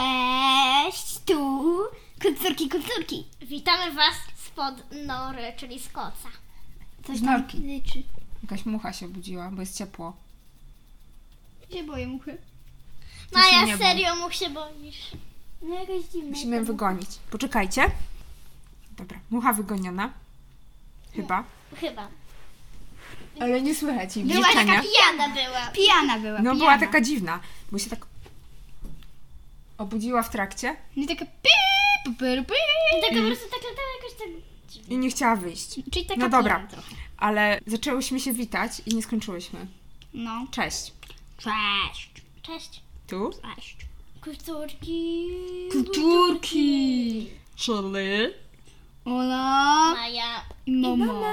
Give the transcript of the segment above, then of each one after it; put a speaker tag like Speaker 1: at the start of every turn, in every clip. Speaker 1: Cześć, tu kulturki, kulturki.
Speaker 2: Witamy Was spod nory, czyli z koca.
Speaker 1: Coś
Speaker 3: Z
Speaker 1: tam
Speaker 3: norki.
Speaker 1: dyczy.
Speaker 3: Jakaś mucha się budziła, bo jest ciepło.
Speaker 1: Się boję muchy.
Speaker 3: Ty się
Speaker 2: Maja,
Speaker 3: nie
Speaker 2: No, serio mu się boisz?
Speaker 1: No tak. jakaś dziwna.
Speaker 3: Musimy
Speaker 1: jest ta
Speaker 3: wygonić. Poczekajcie. Dobra, mucha wygoniona. Chyba.
Speaker 2: Chyba.
Speaker 3: Ale nie słychać jej
Speaker 1: Była taka
Speaker 3: wrzeszczenia.
Speaker 2: Pijana była.
Speaker 1: mucha. Pijana była,
Speaker 3: No
Speaker 1: pijana.
Speaker 3: była taka dziwna, bo się tak obudziła w trakcie
Speaker 1: Nie taka pip, pip,
Speaker 2: I
Speaker 1: pip.
Speaker 2: taka po prostu tak latała jakoś tak...
Speaker 3: i nie chciała wyjść.
Speaker 1: Czyli taka
Speaker 3: Mm. No dobra.
Speaker 1: pijana trochę.
Speaker 3: Ale zaczęłyśmy się witać i nie skończyłyśmy.
Speaker 1: No.
Speaker 3: Cześć.
Speaker 1: Cześć.
Speaker 2: Cześć.
Speaker 3: Tu.
Speaker 1: Cześć.
Speaker 2: Kulturki.
Speaker 1: Kulturki.
Speaker 3: Czyli.
Speaker 1: Ola
Speaker 2: Maja.
Speaker 1: i mama.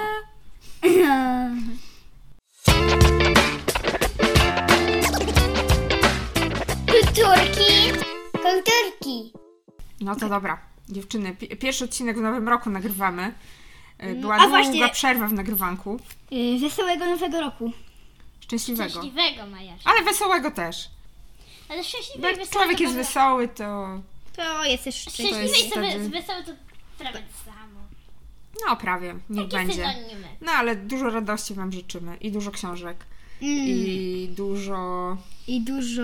Speaker 2: Kulturki. Kulturki.
Speaker 3: No to dobra. Dziewczyny, pi- pierwszy odcinek w nowym roku nagrywamy. Y, Była
Speaker 1: Mm, a
Speaker 3: długa
Speaker 1: właśnie-
Speaker 3: przerwa w nagrywanku.
Speaker 1: Y, Wesołego nowego roku.
Speaker 3: Szczęśliwego.
Speaker 2: Szczęśliwego Maja.
Speaker 3: Ale wesołego też.
Speaker 2: Ale szczęśliwy
Speaker 3: Bo
Speaker 2: i
Speaker 3: jak
Speaker 2: wesoły
Speaker 3: człowiek
Speaker 2: to
Speaker 3: jest
Speaker 2: Maja.
Speaker 3: wesoły, to
Speaker 1: To jest też
Speaker 3: To
Speaker 2: Szczęśliwy
Speaker 3: jest tak,
Speaker 2: i sobie
Speaker 3: wtedy-
Speaker 2: wesoły to prawie to samo.
Speaker 3: no prawie, niech
Speaker 2: Takie
Speaker 3: będzie.
Speaker 2: synonimy.
Speaker 3: No ale dużo radości Wam życzymy i dużo książek
Speaker 1: Mm.
Speaker 3: i dużo...
Speaker 1: I dużo...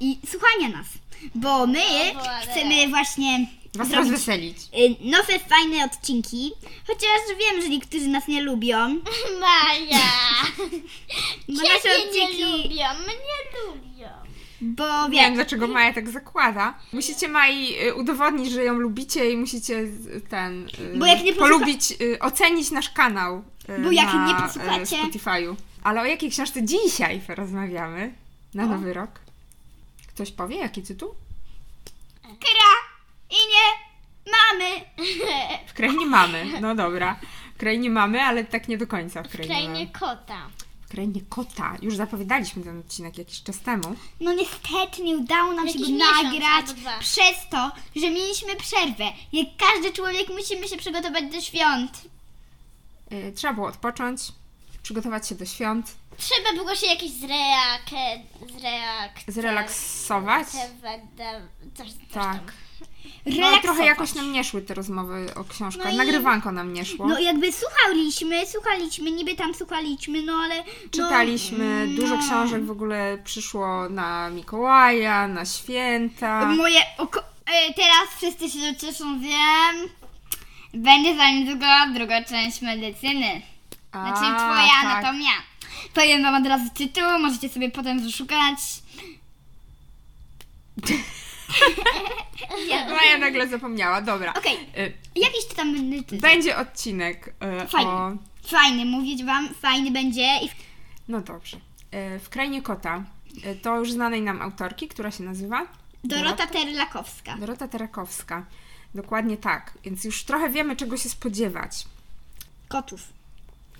Speaker 1: I słuchania nas. Bo my
Speaker 2: O, Boże.
Speaker 1: chcemy właśnie
Speaker 3: Was
Speaker 1: zrobić
Speaker 3: rozweselić.
Speaker 1: y, nowe, fajne odcinki. Chociaż wiem, że niektórzy nas nie lubią.
Speaker 2: Maja!
Speaker 1: Bo
Speaker 2: Ciebie
Speaker 1: nasze
Speaker 2: nie
Speaker 1: odcinki...
Speaker 2: lubią, mnie lubią.
Speaker 1: Bo
Speaker 3: Nie wiem,
Speaker 1: wiem.
Speaker 3: dlaczego Maja tak zakłada. Musicie Maji y, udowodnić, że ją lubicie i musicie z- ten... y,
Speaker 1: Bo jak nie posłucha-
Speaker 3: Polubić, y, ocenić nasz kanał y,
Speaker 1: Bo jak
Speaker 3: na
Speaker 1: nie
Speaker 3: y,
Speaker 1: posłuchacie-
Speaker 3: Spotify'u. Ale o jakiej książce dzisiaj rozmawiamy na Nowy Rok? Ktoś powie, jaki tytuł?
Speaker 1: Kra i nie mamy.
Speaker 3: W krainie mamy, no dobra. W krainie mamy, ale tak nie do końca w
Speaker 2: W
Speaker 3: krainie mamy.
Speaker 2: krainie kota.
Speaker 3: W krainie kota. Już zapowiadaliśmy ten odcinek jakiś czas temu.
Speaker 1: No niestety nie udało nam się go
Speaker 2: Jakiś miesiąc
Speaker 1: nagrać
Speaker 2: albo dwa.
Speaker 1: przez to, że mieliśmy przerwę. Jak każdy człowiek musimy się przygotować do świąt.
Speaker 3: Y, Trzeba było odpocząć, przygotować się do świąt,
Speaker 2: Trzeba było się jakieś zreak... zreak...
Speaker 3: zrelaksować.
Speaker 1: No,
Speaker 2: Coś, coś
Speaker 3: Tak.
Speaker 2: tam.
Speaker 3: No, ale
Speaker 1: Relaksować.
Speaker 3: trochę jakoś nam nie szły te rozmowy o książkach.
Speaker 1: No i-
Speaker 3: Nagrywanko nam nie szło.
Speaker 1: No jakby słuchaliśmy, słuchaliśmy, niby tam słuchaliśmy, no ale... No,
Speaker 3: Czytaliśmy,
Speaker 1: no.
Speaker 3: dużo książek w ogóle przyszło na Mikołaja, na święta.
Speaker 1: Moje oko... e, Teraz wszyscy się cieszą, wiem. Będzie za niedługo druga część medycyny.
Speaker 3: A,
Speaker 1: Znaczy twoja
Speaker 3: tak.
Speaker 1: anatomia. Powiem wam od razu tytuł, możecie sobie potem wyszukać.
Speaker 3: Maja No, nagle zapomniała, dobra.
Speaker 1: Okej,
Speaker 3: Y,
Speaker 1: jakiś to tam będzie tytuł.
Speaker 3: Będzie odcinek y,
Speaker 1: Fajny.
Speaker 3: o...
Speaker 1: Fajny, mówić wam, fajny będzie. I...
Speaker 3: No dobrze. Y, W Krainie Kota. y, To już znanej nam autorki, która się nazywa?
Speaker 1: Dorota
Speaker 3: No.
Speaker 1: Terlakowska.
Speaker 3: Dorota Terakowska. Dokładnie tak. Więc już trochę wiemy, czego się spodziewać.
Speaker 1: Kotów.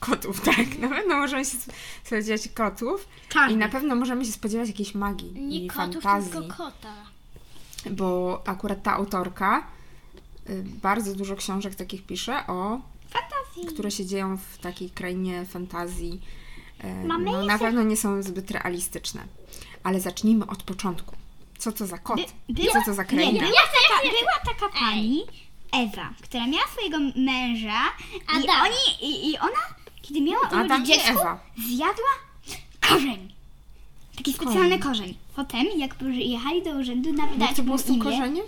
Speaker 3: Kotów, tak. Na pewno możemy się spodziewać kotów.
Speaker 1: Tak.
Speaker 3: I na pewno możemy się spodziewać jakiejś magii
Speaker 2: Nie
Speaker 3: i
Speaker 2: kotów,
Speaker 3: fantazji.
Speaker 2: tylko kota.
Speaker 3: Bo akurat ta autorka y, bardzo dużo książek takich pisze o
Speaker 1: Fantazji.
Speaker 3: które się dzieją w takiej krainie fantazji. E,
Speaker 1: Mamy
Speaker 3: no, na
Speaker 1: jeszcze-
Speaker 3: pewno nie są zbyt realistyczne. Ale zacznijmy od początku. Co to za kot?
Speaker 1: By- była-
Speaker 3: Co to za
Speaker 1: Nie,
Speaker 3: kraina?
Speaker 1: była, taka, była taka pani, Ewa, która miała swojego męża i,
Speaker 2: Adam.
Speaker 1: oni, i, i ona, kiedy miała
Speaker 3: Adam
Speaker 1: urodzić
Speaker 3: i
Speaker 1: dziecko,
Speaker 3: Ewa.
Speaker 1: zjadła korzeń. Taki specjalny korzeń. Potem, jak jechali do urzędu, nawet
Speaker 3: Jak
Speaker 1: dać
Speaker 3: to
Speaker 1: mu
Speaker 3: było z tym
Speaker 1: imię.
Speaker 3: korzeniem?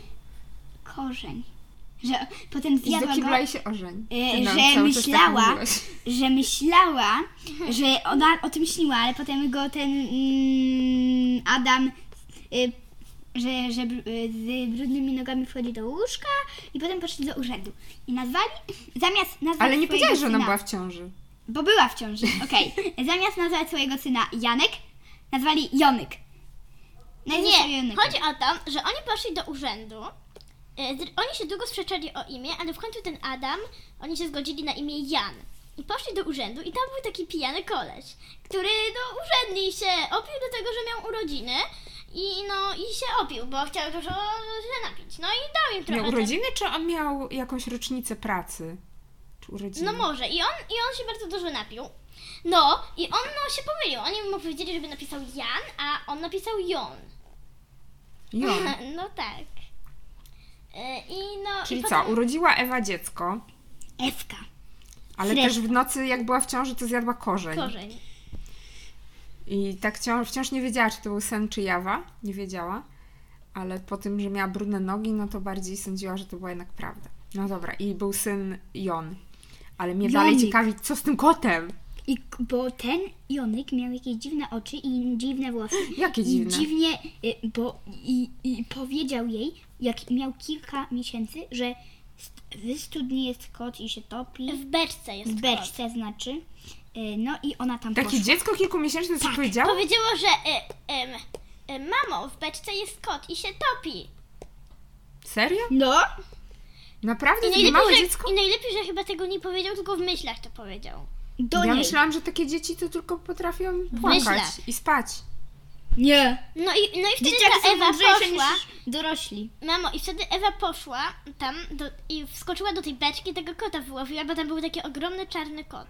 Speaker 1: korzeń. Że potem
Speaker 3: I do
Speaker 1: zjadła go,
Speaker 3: kibla i się ożeń.
Speaker 1: e,
Speaker 3: Ty nam
Speaker 1: że
Speaker 3: cały czas tak
Speaker 1: myślała-
Speaker 3: mówiłaś.
Speaker 1: że myślała, że ona o tym śniła, ale potem go ten mm, Adam, y, że, że br- y, z brudnymi nogami wchodzi do łóżka i potem poszli do urzędu. I nazwali, zamiast nazwać
Speaker 3: Ale nie
Speaker 1: swojego
Speaker 3: powiedziałaś, że ona
Speaker 1: syna-
Speaker 3: była w ciąży.
Speaker 1: Bo była w ciąży, okej. Zamiast nazwać swojego syna Janek, nazwali Jonyk. Nazwali sobie
Speaker 2: Nie,
Speaker 1: Jonykiem.
Speaker 2: chodzi o to, że oni poszli do urzędu. E, dr- Oni się długo sprzeczali o imię, ale w końcu ten Adam, oni się zgodzili na imię Jan. I poszli do urzędu i tam był taki pijany koleś, który no urzędnił się, opił do tego, że miał urodziny i no i się opił, bo chciał dużo się napić. No i dał im trochę.
Speaker 3: Miał
Speaker 2: tak.
Speaker 3: urodziny, czy on miał jakąś rocznicę pracy? Czy
Speaker 2: No
Speaker 3: urodziny?
Speaker 2: może. I on, I on się bardzo dużo napił. No i on no, się pomylił. Oni mu powiedzieli, żeby napisał Jan, a on napisał Jon.
Speaker 3: I on.
Speaker 2: No tak. E, I no.
Speaker 3: Czyli
Speaker 2: i
Speaker 3: co,
Speaker 1: tak.
Speaker 2: potem-
Speaker 3: urodziła Ewa dziecko,
Speaker 1: Ewka.
Speaker 3: ale
Speaker 1: Fryz.
Speaker 3: też w nocy, jak była w ciąży, to zjadła korzeń.
Speaker 2: Korzeń.
Speaker 3: I tak wciąż, wciąż nie wiedziała, czy to był sen, czy jawa. Nie wiedziała. Ale po tym, że miała brudne nogi, no to bardziej sądziła, że to była jednak prawda. No dobra, i był syn Jon. Ale mnie dalej
Speaker 1: Jonik.
Speaker 3: ciekawi, co z tym kotem?
Speaker 1: I, k- bo ten Jonek miał jakieś dziwne oczy i dziwne włosy.
Speaker 3: Jakie
Speaker 1: I
Speaker 3: dziwne.
Speaker 1: Dziwnie, y, bo i, i powiedział jej, jak miał kilka miesięcy, że st- w studni jest kot i się topi.
Speaker 2: W beczce jest.
Speaker 1: W
Speaker 2: kot.
Speaker 1: beczce znaczy. Y, No i ona tam
Speaker 3: Takie
Speaker 1: poszła.
Speaker 3: dziecko kilkumiesięczne coś
Speaker 1: Tak,
Speaker 3: powiedziało?
Speaker 2: Powiedziało, że e, em, e, mamo, w beczce jest kot i się topi.
Speaker 3: Serio?
Speaker 1: No,
Speaker 3: Naprawdę?
Speaker 2: I
Speaker 3: Takie małe
Speaker 2: najlepiej,
Speaker 3: dziecko?
Speaker 2: że, I najlepiej, że chyba tego nie powiedział, tylko w myślach to powiedział.
Speaker 1: do
Speaker 3: Ja
Speaker 1: niej.
Speaker 3: myślałam, że takie dzieci to tylko potrafią płakać
Speaker 2: myślach.
Speaker 3: i spać.
Speaker 1: Nie.
Speaker 2: No i, no i wtedy
Speaker 1: Dzieciaki
Speaker 2: ta
Speaker 1: są
Speaker 2: Ewa
Speaker 1: mądrzejsze niż
Speaker 2: poszła.
Speaker 1: dorośli.
Speaker 2: Mamo, i wtedy Ewa poszła tam do, i wskoczyła do tej beczki, tego kota wyłowiła, bo tam był taki ogromny czarny kot.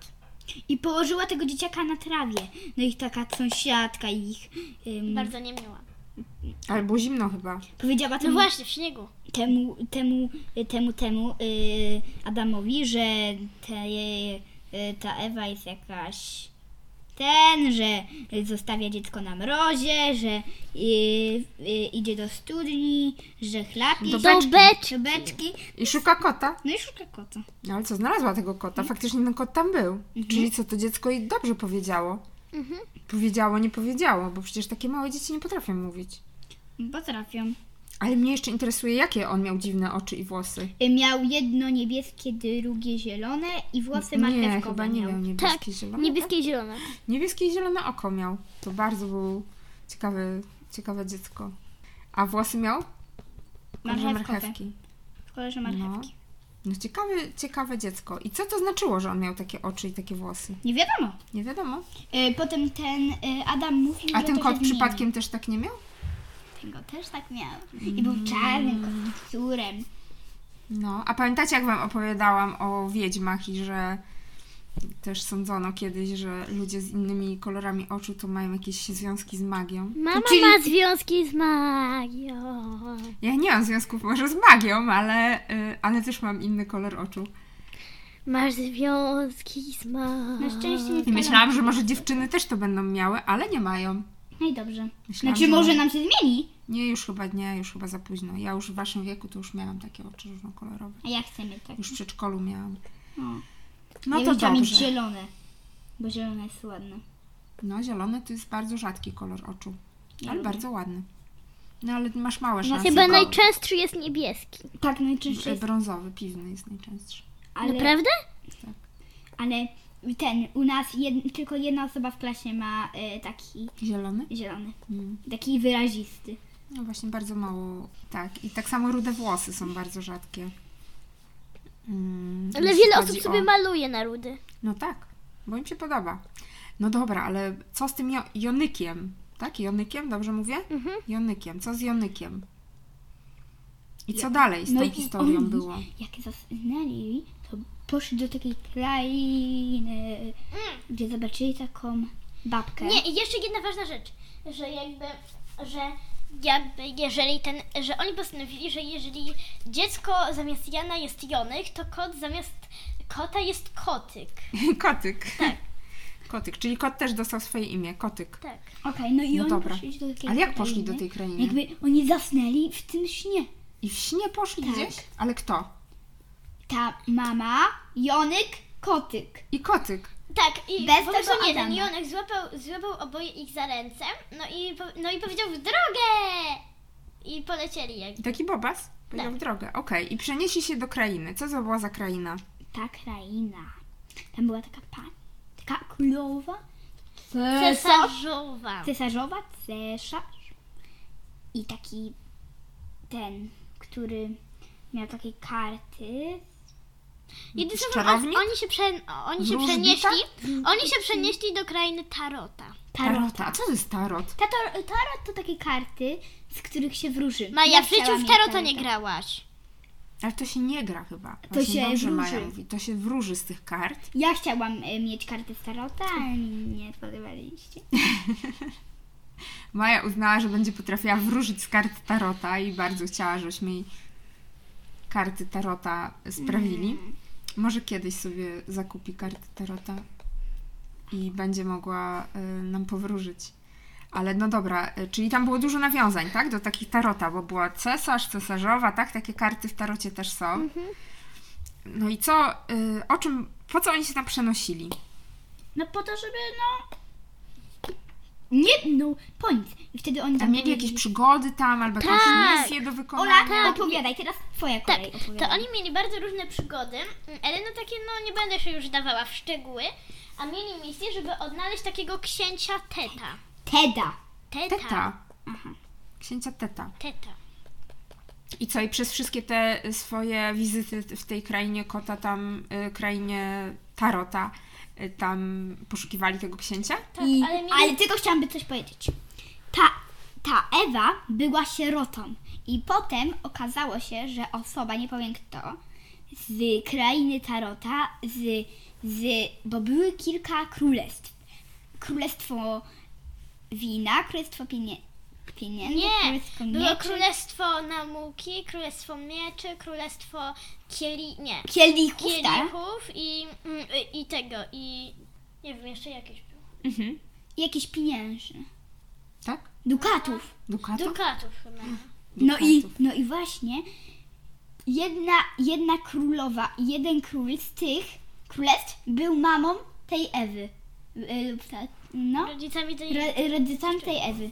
Speaker 1: I położyła tego dzieciaka na trawie. No i taka sąsiadka ich ym,
Speaker 2: Bardzo niemiła.
Speaker 3: Ale było zimno chyba.
Speaker 1: powiedziała
Speaker 2: No
Speaker 1: temu,
Speaker 2: właśnie, w śniegu.
Speaker 1: temu, temu, y, temu, temu y, Adamowi, że te, y, ta Ewa jest jakaś ten, że y, zostawia dziecko na mrozie, że y, y, idzie do studni, że chlapi.
Speaker 3: Do
Speaker 2: Do beczki.
Speaker 1: Do beczki.
Speaker 3: I szuka kota.
Speaker 1: No i szuka kota.
Speaker 3: No ale co, znalazła tego
Speaker 1: Mhm.
Speaker 3: kota. Faktycznie ten kot tam był. Czyli co, to dziecko jej dobrze powiedziało.
Speaker 1: Mhm.
Speaker 3: Powiedziało, nie powiedziało, bo przecież takie małe dzieci nie potrafią mówić.
Speaker 1: Potrafią.
Speaker 3: Ale mnie jeszcze interesuje, jakie on miał dziwne oczy i włosy.
Speaker 1: Y, Miał jedno niebieskie, drugie zielone i włosy
Speaker 3: Nie,
Speaker 1: marchewkowe
Speaker 3: chyba nie
Speaker 1: miał.
Speaker 3: miał niebieskie,
Speaker 2: Tak,
Speaker 3: zielone.
Speaker 2: niebieskie i zielone.
Speaker 3: Niebieskie i zielone oko miał. To bardzo był ciekawy, ciekawe dziecko. A włosy miał? Kolor
Speaker 1: Marchewkowe. W kolorze
Speaker 3: No.
Speaker 1: marchewki.
Speaker 3: no ciekawe, ciekawe dziecko. I co to znaczyło, że on miał takie oczy i takie włosy?
Speaker 1: Nie wiadomo.
Speaker 3: Nie wiadomo.
Speaker 1: Y, Potem ten y, Adam mówił,
Speaker 3: A
Speaker 1: że
Speaker 3: ten
Speaker 1: to
Speaker 3: kot
Speaker 1: się zmieni.
Speaker 3: przypadkiem też tak nie miał?
Speaker 1: Ten kot też tak miał. I był czarnym
Speaker 3: Mm.
Speaker 1: kotem, pisurem.
Speaker 3: No, a pamiętacie, jak Wam opowiadałam o wiedźmach i że też sądzono kiedyś, że ludzie z innymi kolorami oczu to mają jakieś związki z magią?
Speaker 2: Mama
Speaker 1: Czyli-
Speaker 2: ma związki z magią.
Speaker 3: Ja nie mam związków może z magią, ale, y, ale też mam inny kolor oczu.
Speaker 2: Masz związki z magią.
Speaker 1: Na szczęście nie
Speaker 3: I myślałam, że może dziewczyny też to będą miały, ale nie mają.
Speaker 1: No i dobrze.
Speaker 3: Myślałam,
Speaker 1: Znaczy
Speaker 3: że-
Speaker 1: może nam się zmieni?
Speaker 3: Nie, już chyba nie, już chyba za późno. Ja już w Waszym wieku to już miałam takie oczy różnokolorowe.
Speaker 1: A ja chcę mieć tak.
Speaker 3: Już w przedszkolu miałam.
Speaker 1: No,
Speaker 3: No
Speaker 1: ja
Speaker 3: to
Speaker 1: bym chciała mieć
Speaker 3: dobrze.
Speaker 1: zielone. Bo zielone jest ładne.
Speaker 3: No, zielony to jest bardzo rzadki kolor oczu,
Speaker 1: Ja
Speaker 3: ale
Speaker 1: lubię.
Speaker 3: bardzo ładny. No, ale masz małe
Speaker 1: No,
Speaker 3: szanse.
Speaker 2: Chyba
Speaker 3: bo-
Speaker 2: najczęstszy jest niebieski.
Speaker 1: Tak najczęściej jest,
Speaker 3: Brązowy, piwny jest najczęstszy.
Speaker 1: ale,
Speaker 2: Naprawdę?
Speaker 1: ale ten, u nas jed, tylko jedna osoba w klasie ma y, taki
Speaker 3: Zielony?
Speaker 1: zielony.
Speaker 3: Mm.
Speaker 1: Taki wyrazisty.
Speaker 3: No właśnie, bardzo mało. Tak. I tak samo rude włosy są bardzo rzadkie. Mm,
Speaker 2: Ale
Speaker 3: jeśli
Speaker 2: wiele
Speaker 3: chodzi
Speaker 2: osób
Speaker 3: o-
Speaker 2: sobie maluje na rudy.
Speaker 3: No tak, bo im się podoba. No dobra, ale co z tym jo- jonykiem? Tak, jonykiem, dobrze mówię?
Speaker 2: Mhm.
Speaker 3: Jonykiem. Co z jonykiem? I co dalej z
Speaker 1: No
Speaker 3: tą
Speaker 1: i
Speaker 3: historią
Speaker 1: oni-
Speaker 3: było?
Speaker 1: Jak zasnęli, to poszli do takiej krainy, gdzie zobaczyli taką babkę.
Speaker 2: Nie, i jeszcze jedna ważna rzecz, że jakby, że jakby jeżeli ten, że oni postanowili, że jeżeli dziecko zamiast Jana jest Jonych, to kot zamiast kota jest kotyk.
Speaker 3: Kotyk. Kotyk, czyli kot też dostał swoje imię, kotyk.
Speaker 2: Tak.
Speaker 1: Okej, no i
Speaker 3: No
Speaker 1: oni
Speaker 3: dobra.
Speaker 1: poszli do takiej
Speaker 3: Ale jak
Speaker 1: krainy.
Speaker 3: poszli do tej krainy?
Speaker 1: Jakby oni zasnęli w tym śnie.
Speaker 3: I w śnie poszli
Speaker 1: Tak.
Speaker 3: gdzieś? Ale kto?
Speaker 1: Ta mama, Jonek, kotyk.
Speaker 3: I kotyk.
Speaker 2: Tak, i
Speaker 1: Bez
Speaker 2: po prostu
Speaker 1: tego
Speaker 2: jeden
Speaker 1: Adama.
Speaker 2: Jonek złapał, złapał oboje ich za ręce, no i, po- no i powiedział w drogę! I polecieli jak.
Speaker 3: I taki bobas pojechał w drogę. Okej, i przenieśli się do krainy. Co to była za kraina?
Speaker 1: Ta kraina. Tam była taka pani, taka królowa, E,
Speaker 2: Cesarzowa.
Speaker 1: cesarzowa, cesarz i taki ten, który miał takie karty.
Speaker 2: Jedynym słowem, on,
Speaker 3: Czarownik?
Speaker 2: oni się, przen, oni się
Speaker 3: Wróżbita?
Speaker 2: przenieśli,
Speaker 1: Mm.
Speaker 2: oni się przenieśli do krainy Tarota.
Speaker 3: Tarota. A co to jest tarot?
Speaker 1: Tato, tarot to takie karty, z których się wróży.
Speaker 2: Maja,
Speaker 1: Ja
Speaker 2: w życiu
Speaker 1: chciałam
Speaker 2: w
Speaker 1: mieć
Speaker 2: tarota nie
Speaker 1: tarota.
Speaker 2: grałaś.
Speaker 3: Ale to się nie gra chyba. Właśnie
Speaker 1: się
Speaker 3: dobrze
Speaker 1: wróży.
Speaker 3: Maja mówi. To się wróży z tych kart.
Speaker 1: Ja chciałam y, mieć kartę z tarota, ale mi nie podobaliście.
Speaker 3: Maja uznała, że będzie potrafiła wróżyć z kart tarota i bardzo chciała, żebyśmy jej karty tarota sprawili. Może kiedyś sobie zakupi karty tarota i będzie mogła y, nam powróżyć. Ale no dobra, y, czyli tam było dużo nawiązań, tak? Do takich tarota, bo była cesarz, cesarzowa, tak? Takie karty w tarocie też są. No i co, y, o czym, po co oni się tam przenosili?
Speaker 2: No po to, żeby no...
Speaker 1: Nie, no, po nic. I wtedy oni
Speaker 3: Tam
Speaker 1: tam
Speaker 3: mieli jakieś przygody tam, albo jakieś
Speaker 2: Tak.
Speaker 3: misje do wykonania.
Speaker 1: Ola,
Speaker 2: Tak.
Speaker 1: opowiadaj, teraz twoja
Speaker 2: Tak,
Speaker 1: kolej
Speaker 2: to
Speaker 1: opowiadaj.
Speaker 2: oni mieli bardzo różne przygody, mm, ale no takie, no nie będę się już dawała w szczegóły, a mieli misję, żeby odnaleźć takiego księcia Teta.
Speaker 1: Teda.
Speaker 2: Teta.
Speaker 1: Tak.
Speaker 3: Teta. Mhm. Księcia Teta.
Speaker 2: Teta.
Speaker 3: I co, i przez wszystkie te y, swoje wizyty w tej krainie kota, tam y, krainie Tarota, y, tam poszukiwali tego księcia?
Speaker 2: Tak,
Speaker 1: I,
Speaker 2: ale
Speaker 1: ale,
Speaker 2: mieli...
Speaker 1: tylko chciałam by coś powiedzieć. Ta, ta Ewa była sierotą i potem okazało się, że osoba, nie powiem kto, z krainy Tarota, z, z, bo były kilka królestw. Królestwo wina, królestwo pienie, pieniędzy,
Speaker 2: Nie,
Speaker 1: królestwo
Speaker 2: było
Speaker 1: mieczy,
Speaker 2: królestwo nauki, królestwo mieczy, królestwo kieli... nie,
Speaker 1: kielichów, tak?
Speaker 2: kielichów i, mm, i- i tego, i nie wiem, jeszcze jakieś było.
Speaker 1: I jakieś pieniężne.
Speaker 3: Tak?
Speaker 1: Dukatów.
Speaker 3: Dukato?
Speaker 2: Dukatów chyba.
Speaker 1: No i,
Speaker 3: Dukatów.
Speaker 1: no i właśnie jedna, jedna królowa i jeden król z tych królestw był mamą tej Ewy. E, lub ta- No,
Speaker 2: Rodzicami tej...
Speaker 1: ro, rodzicami tej Ewy.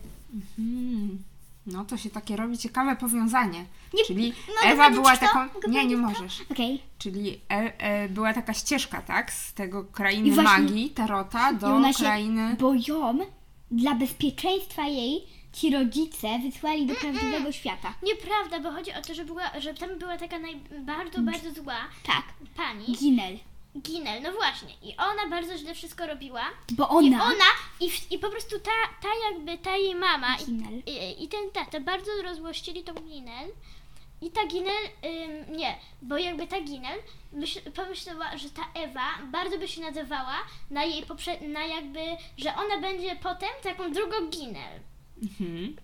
Speaker 3: Hmm. No to się takie robi ciekawe powiązanie.
Speaker 1: Nie- no,
Speaker 3: Czyli
Speaker 1: mogę
Speaker 3: Ewa
Speaker 1: powiedzieć
Speaker 3: była
Speaker 1: to?
Speaker 3: taką...
Speaker 1: Mogę
Speaker 3: Nie, nie
Speaker 1: powiedzieć to?
Speaker 3: możesz.
Speaker 1: Okej.
Speaker 3: Czyli e, e, była taka ścieżka, tak? Z tego
Speaker 1: I
Speaker 3: krainy
Speaker 1: właśnie-
Speaker 3: magii, Tarota,
Speaker 1: I
Speaker 3: do
Speaker 1: ona się,
Speaker 3: krainy...
Speaker 1: bo ją dla bezpieczeństwa jej ci rodzice wysłali do prawdziwego świata.
Speaker 2: Nieprawda, bo chodzi o to, że, była, że tam była taka naj... bardzo, bardzo zła
Speaker 1: Tak,
Speaker 2: pani,
Speaker 1: Ginel.
Speaker 2: Ginel, no właśnie. I ona bardzo źle wszystko robiła.
Speaker 1: Bo
Speaker 2: I
Speaker 1: ona,
Speaker 2: ona, i, w, i po prostu ta, ta jakby, ta jej mama
Speaker 1: Ginel.
Speaker 2: i, i, i ten tata bardzo rozłościli tą Ginel. I ta Ginel, ym, nie, bo jakby ta Ginel myśl, pomyślała, że ta Ewa bardzo by się nadawała na jej poprze- na jakby, że ona będzie potem taką drugą Ginel.
Speaker 3: Mhm.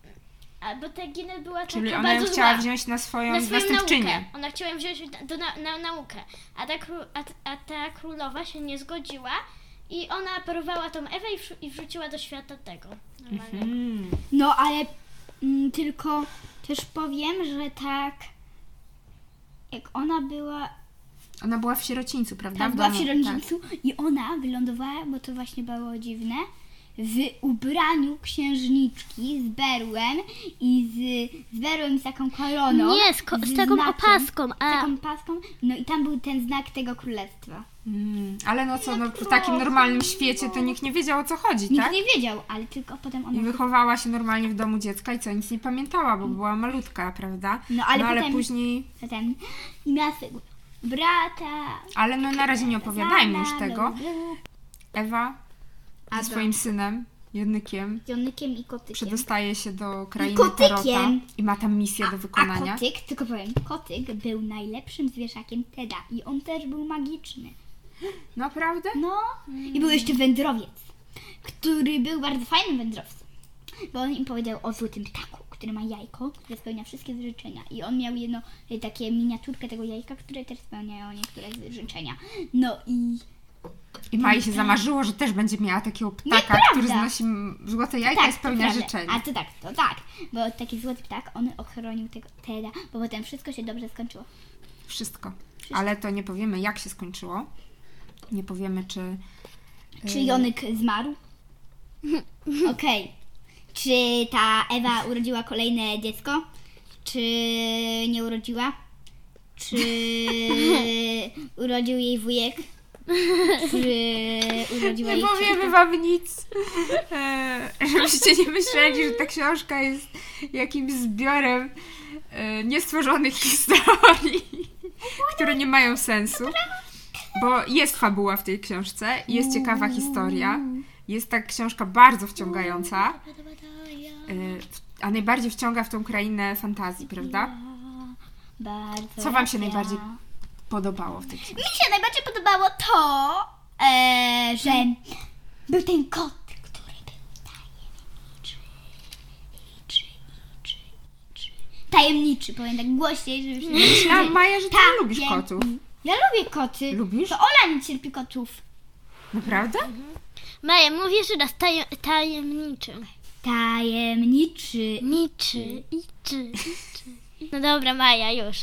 Speaker 2: A, bo ta Ginel była
Speaker 3: Czyli
Speaker 1: Tak,
Speaker 2: taka
Speaker 3: ona ją
Speaker 2: bardzo
Speaker 3: chciała
Speaker 2: zła.
Speaker 3: wziąć na swoją,
Speaker 2: na swoją naukę.
Speaker 3: zastępczynię.
Speaker 2: Ona chciała ją wziąć na- do na, na naukę, a ta, kró, a, t- a ta królowa się nie zgodziła i ona porwała tą Ewę i, wrzu- i wrzuciła do świata tego. normalnego.
Speaker 3: Mm.
Speaker 1: no ale mm, tylko też powiem, że tak jak ona była
Speaker 3: Ona była w sierocińcu, prawda?
Speaker 1: Tak,
Speaker 3: W
Speaker 1: była w
Speaker 3: domu,
Speaker 1: sierocińcu i ona wylądowała, bo to właśnie było dziwne, w ubraniu księżniczki z berłem i z, z berłem i z taką
Speaker 3: Mhm.
Speaker 1: koroną.
Speaker 2: Nie, z, ko- z taką
Speaker 3: Znaczy,
Speaker 1: znakiem,
Speaker 2: opaską, a
Speaker 1: Z taką paską, no i tam był ten znak tego królestwa.
Speaker 3: Mm, ale no co, no, w takim normalnym świecie to nikt nie wiedział o co chodzi,
Speaker 1: Nikt
Speaker 3: tak?
Speaker 1: nie wiedział, ale tylko potem
Speaker 3: I
Speaker 1: ona...
Speaker 3: wychowała się normalnie w domu dziecka i co, nic nie pamiętała, bo była malutka, prawda?
Speaker 1: No, ale potem-
Speaker 3: później...
Speaker 1: Potem i miała swojego brata.
Speaker 3: Ale no na razie nie opowiadajmy już
Speaker 1: Zana,
Speaker 3: tego.
Speaker 1: Lulu,
Speaker 3: Ewa ze
Speaker 1: no. Adam.
Speaker 3: swoim synem, Jednykiem,
Speaker 1: Jonykiem i kotykiem.
Speaker 3: przedostaje się do krainy
Speaker 1: kotykiem.
Speaker 3: Tarota i ma tam misję do
Speaker 1: A
Speaker 3: wykonania.
Speaker 1: kotyk, tylko powiem, kotyk był najlepszym zwierzakiem Teda i on też był magiczny.
Speaker 3: Naprawdę?
Speaker 1: No, i
Speaker 3: Mm.
Speaker 1: był jeszcze wędrowiec, który był bardzo fajnym wędrowcem, bo on im powiedział o złotym ptaku, który ma jajko, które spełnia wszystkie życzenia. I on miał jedno y, takie miniaturkę tego jajka, które też spełniają niektóre życzenia. No i
Speaker 3: I Maji się zamarzyło, że też będzie miała takiego ptaka,
Speaker 1: No tak. Nieprawda. Tak,
Speaker 3: który znosi m- złote jajka i
Speaker 1: to
Speaker 3: spełnia
Speaker 1: prawda. A
Speaker 3: życzenia.
Speaker 1: to tak, to tak, bo taki złoty ptak, on ochronił tego Teda, bo potem wszystko się dobrze skończyło.
Speaker 3: Wszystko. Ale to nie powiemy, jak się skończyło. Nie powiemy, czy...
Speaker 1: Czy Jonyk zmarł? Okej. Czy ta Ewa urodziła kolejne dziecko? Czy nie urodziła? Czy urodził jej wujek? Czy urodziła
Speaker 3: Nie
Speaker 1: jej
Speaker 3: powiemy wam nic, E, żebyście nie myśleli, że ta książka jest jakimś zbiorem e, niestworzonych historii, które nie mają sensu. Bo jest fabuła w tej książce, jest ciekawa historia, jest ta książka bardzo wciągająca, e, w- a najbardziej wciąga w tą krainę fantazji, prawda?
Speaker 1: Bardzo
Speaker 3: Co wam się
Speaker 1: racja.
Speaker 3: najbardziej podobało w tej książce?
Speaker 1: Mi się najbardziej podobało to, e, że był ten kot, który był tajemniczy. Iczy, iczy, iczy. tajemniczy, powiem tak głośniej, żeby się nie
Speaker 3: Myślałam, Maja, że ty nie
Speaker 1: Tak,
Speaker 3: lubisz
Speaker 1: wiem.
Speaker 3: kotów.
Speaker 1: Ja lubię koty.
Speaker 3: Lubisz?
Speaker 1: To Ola nie cierpi kotów.
Speaker 3: Naprawdę?
Speaker 2: Maja, mówię jeszcze raz tajem, tajemniczym.
Speaker 1: Tajemniczy.
Speaker 2: Niczy, iczy, iczy. No dobra, Maja, już.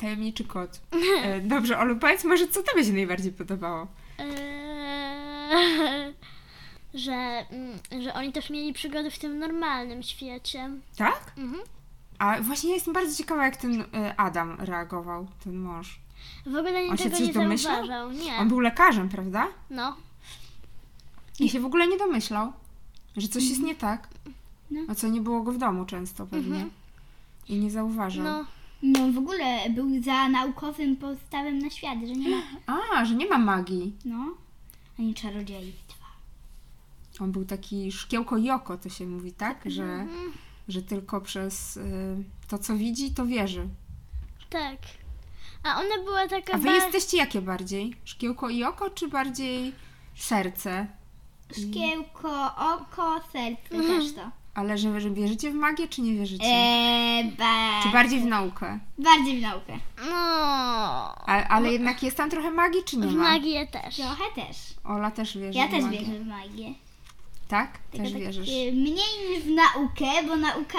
Speaker 3: Tajemniczy kot. E, dobrze, Olu, powiedz może, co tobie się najbardziej podobało?
Speaker 2: Eee, że, mm, że oni też mieli przygody w tym normalnym świecie.
Speaker 3: Tak?
Speaker 2: Mhm.
Speaker 3: A właśnie ja jestem bardzo ciekawa, jak ten e, Adam reagował, ten mąż.
Speaker 2: W ogóle
Speaker 3: On
Speaker 2: nie
Speaker 3: się
Speaker 2: tego
Speaker 3: coś
Speaker 2: nie
Speaker 3: domyślał?
Speaker 2: zauważał. Nie.
Speaker 3: On był lekarzem, prawda?
Speaker 2: No.
Speaker 3: I się w ogóle nie domyślał, że coś jest nie tak.
Speaker 1: No.
Speaker 3: A co nie było go w domu często pewnie. I nie zauważył.
Speaker 2: No.
Speaker 1: No w ogóle był za naukowym postawem na świat, że nie ma.
Speaker 3: A, że nie ma magii.
Speaker 1: No, ani czarodziejstwa.
Speaker 3: On był taki szkiełko joko, to się mówi, tak? Że, że tylko przez y, to, co widzi, to wierzy.
Speaker 2: Tak. A ona była taka
Speaker 3: A wy
Speaker 2: ba-
Speaker 3: jesteście jakie bardziej? Szkiełko i oko, czy bardziej serce?
Speaker 1: Szkiełko, oko, serce też to.
Speaker 3: Ale że, że wierzycie w magię, czy nie wierzycie?
Speaker 1: Eee, ba...
Speaker 3: Czy bardziej w naukę?
Speaker 1: Bardziej w naukę.
Speaker 2: No.
Speaker 3: A, ale jednak jest tam trochę magii, czy nie
Speaker 2: W
Speaker 3: ma?
Speaker 2: magię też.
Speaker 1: Trochę też.
Speaker 3: Ola też wierzy
Speaker 1: Ja
Speaker 3: w
Speaker 1: też
Speaker 3: magię.
Speaker 1: wierzę w magię.
Speaker 3: Tak?
Speaker 1: Tylko
Speaker 3: też
Speaker 1: tak,
Speaker 3: wierzysz.
Speaker 1: y, Mniej niż w naukę, bo nauka...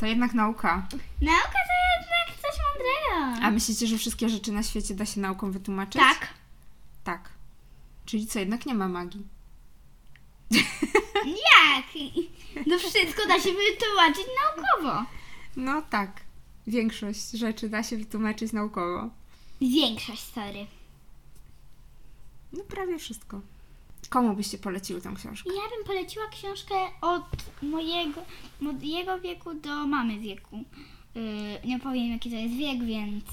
Speaker 3: To jednak nauka.
Speaker 1: Mhm. Nauka to jednak coś mądrego.
Speaker 3: A myślicie, że wszystkie rzeczy na świecie da się nauką wytłumaczyć?
Speaker 1: Tak.
Speaker 3: Tak. Czyli co, jednak nie ma magii.
Speaker 1: Jak? No wszystko da się wytłumaczyć naukowo.
Speaker 3: No tak. Większość rzeczy da się wytłumaczyć naukowo.
Speaker 1: Większość, sorry.
Speaker 3: No prawie wszystko. Komu byście poleciły tą książkę?
Speaker 1: Ja bym poleciła książkę od mojego, mojego wieku do mamy wieku. Yy, nie powiem jaki to jest wiek, więc...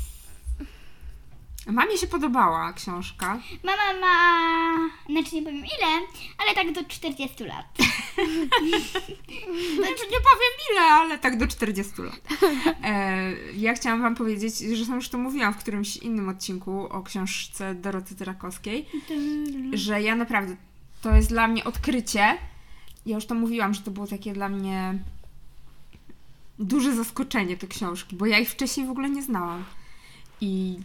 Speaker 3: A Mamie się podobała książka.
Speaker 1: Mama ma... Znaczy nie powiem ile, ale tak do 40 lat.
Speaker 3: Znaczy nie powiem ile, ale tak do 40 lat. E, ja chciałam Wam powiedzieć, że sam już to mówiłam w którymś innym odcinku o książce Doroty Tyrakowskiej, że ja naprawdę, to jest dla mnie odkrycie. Ja już to mówiłam, że to było takie dla mnie duże zaskoczenie te książki, bo ja ich wcześniej w ogóle nie znałam. I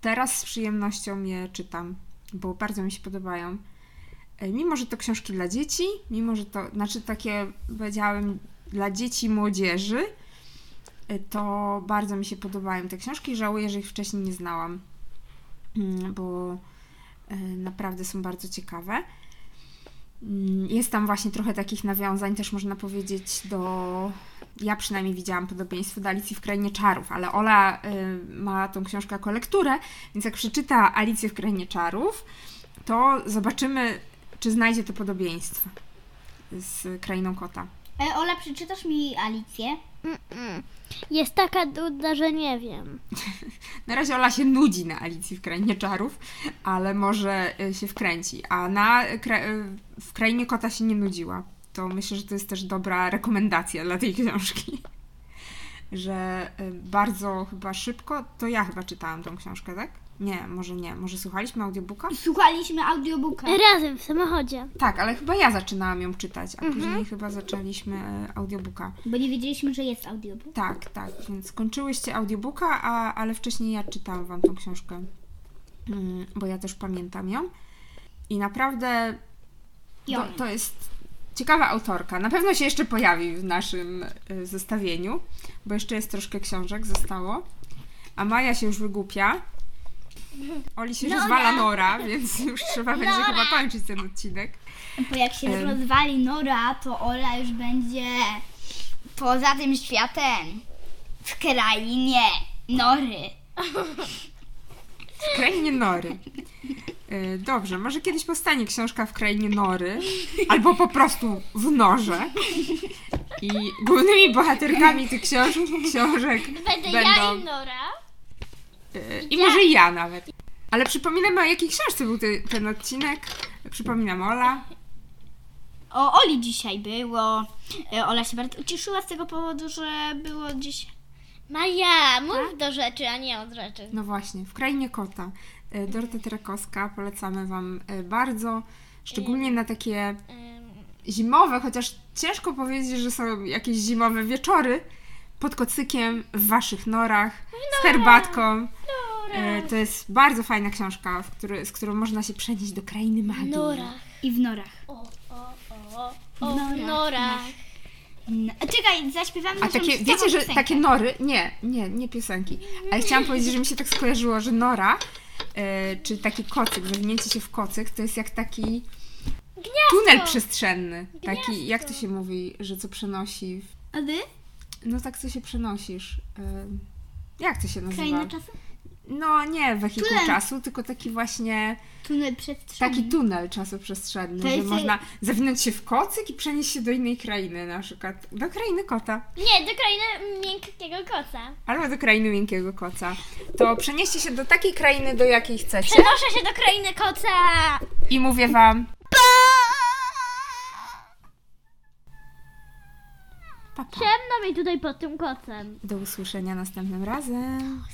Speaker 3: teraz z przyjemnością je czytam, bo bardzo mi się podobają. E, Mimo, że to książki dla dzieci, mimo, że to, znaczy takie, powiedziałem, dla dzieci i młodzieży, e, to bardzo mi się podobają te książki. Żałuję, że ich wcześniej nie znałam, mm, bo e, naprawdę są bardzo ciekawe. Mm, Jest tam właśnie trochę takich nawiązań, też można powiedzieć, do. Ja przynajmniej widziałam podobieństwo do Alicji w Krainie Czarów, ale Ola y, ma tą książkę jako lekturę, więc jak przeczyta Alicję w Krainie Czarów, to zobaczymy, czy znajdzie te podobieństwa z Krainą Kota.
Speaker 1: E, Ola, przeczytasz mi Alicję?
Speaker 2: Mm-mm. Mm. Jest taka duda, że nie wiem.
Speaker 3: Na razie Ola się nudzi na Alicji w Krainie Czarów, ale może y, się wkręci. A na, kra- y, w Krainie Kota się nie nudziła. To myślę, że to jest też dobra rekomendacja dla tej książki. Że y, bardzo chyba szybko, to ja chyba czytałam tą książkę, tak? Nie, może nie. Może słuchaliśmy audiobooka?
Speaker 1: Słuchaliśmy audiobooka.
Speaker 2: Razem w samochodzie.
Speaker 3: Tak, ale chyba ja zaczynałam ją czytać, a później chyba zaczęliśmy y, audiobooka.
Speaker 1: Bo nie wiedzieliśmy, że jest audiobook.
Speaker 3: Tak, tak, więc skończyłyście audiobooka, a, ale wcześniej ja czytałam Wam tą książkę, Mm, bo ja też pamiętam ją. I naprawdę
Speaker 1: Ją.
Speaker 3: to, to jest ciekawa autorka. Na pewno się jeszcze pojawi w naszym y, zestawieniu, bo jeszcze jest troszkę książek zostało. A Maja się już wygłupia. Oli się już zwala Nora, więc już trzeba będzie chyba kończyć ten odcinek.
Speaker 1: Bo jak się
Speaker 3: Tak. Em.
Speaker 1: rozwali Nora, to Ola już będzie poza tym światem. W krainie Nory.
Speaker 3: W krainie Nory. E, Dobrze, może kiedyś powstanie książka w krainie Nory, albo po prostu w Norze. I głównymi bohaterkami tych książ książek
Speaker 2: Będę ja i no.
Speaker 3: będą.
Speaker 2: Nora.
Speaker 3: e, I może i ja nawet. Ale przypominam, o jakiej książce był ty, ten odcinek. Przypominam Ola.
Speaker 1: O Oli dzisiaj było. E, Ola się bardzo ucieszyła z tego powodu, że było dziś.
Speaker 2: Maja, mów do rzeczy, a nie od rzeczy.
Speaker 3: No właśnie, w krainie kota. E, Dorota Terakowska, polecamy Wam e, bardzo. Szczególnie na takie
Speaker 2: Ym,
Speaker 3: zimowe, chociaż ciężko powiedzieć, że są jakieś zimowe wieczory pod kocykiem, w waszych norach, z herbatką. E, To jest bardzo fajna książka, w który, z którą można się przenieść do krainy magii.
Speaker 2: Nora.
Speaker 1: I w norach.
Speaker 2: O, o, o,
Speaker 1: W
Speaker 2: o,
Speaker 1: norach.
Speaker 2: Nora.
Speaker 3: tak.
Speaker 1: No, a czekaj, zaśpiewamy
Speaker 3: A
Speaker 1: naszą
Speaker 3: takie,
Speaker 1: stałą
Speaker 3: wiecie, że
Speaker 1: piosenkę.
Speaker 3: takie nory, nie, nie, nie piosenki, ale chciałam powiedzieć, że mi się tak skojarzyło, że nora, e, czy taki kocyk, zawinięcie się w kocyk, to jest jak taki tunel przestrzenny, taki, jak to się mówi, że co przenosi, w,
Speaker 1: A ty?
Speaker 3: no tak co się przenosisz, e, jak to się nazywa?
Speaker 1: Kraina czasu?
Speaker 3: No nie wehikuł
Speaker 1: Tunel.
Speaker 3: czasu, tylko taki właśnie,
Speaker 1: Tunel przestrzeni.
Speaker 3: taki tunel czasoprzestrzenny,
Speaker 1: To
Speaker 3: że
Speaker 1: jest-
Speaker 3: można zawinąć się w kocyk i przenieść się do innej krainy, na przykład do krainy kota.
Speaker 2: Nie, do krainy miękkiego koca.
Speaker 3: albo do krainy miękkiego koca, to przenieście się do takiej krainy, do jakiej chcecie.
Speaker 2: Przenoszę się do krainy koca.
Speaker 3: I mówię wam pa, pa.
Speaker 2: Ciemno mi tutaj pod tym kocem.
Speaker 3: do usłyszenia następnym razem.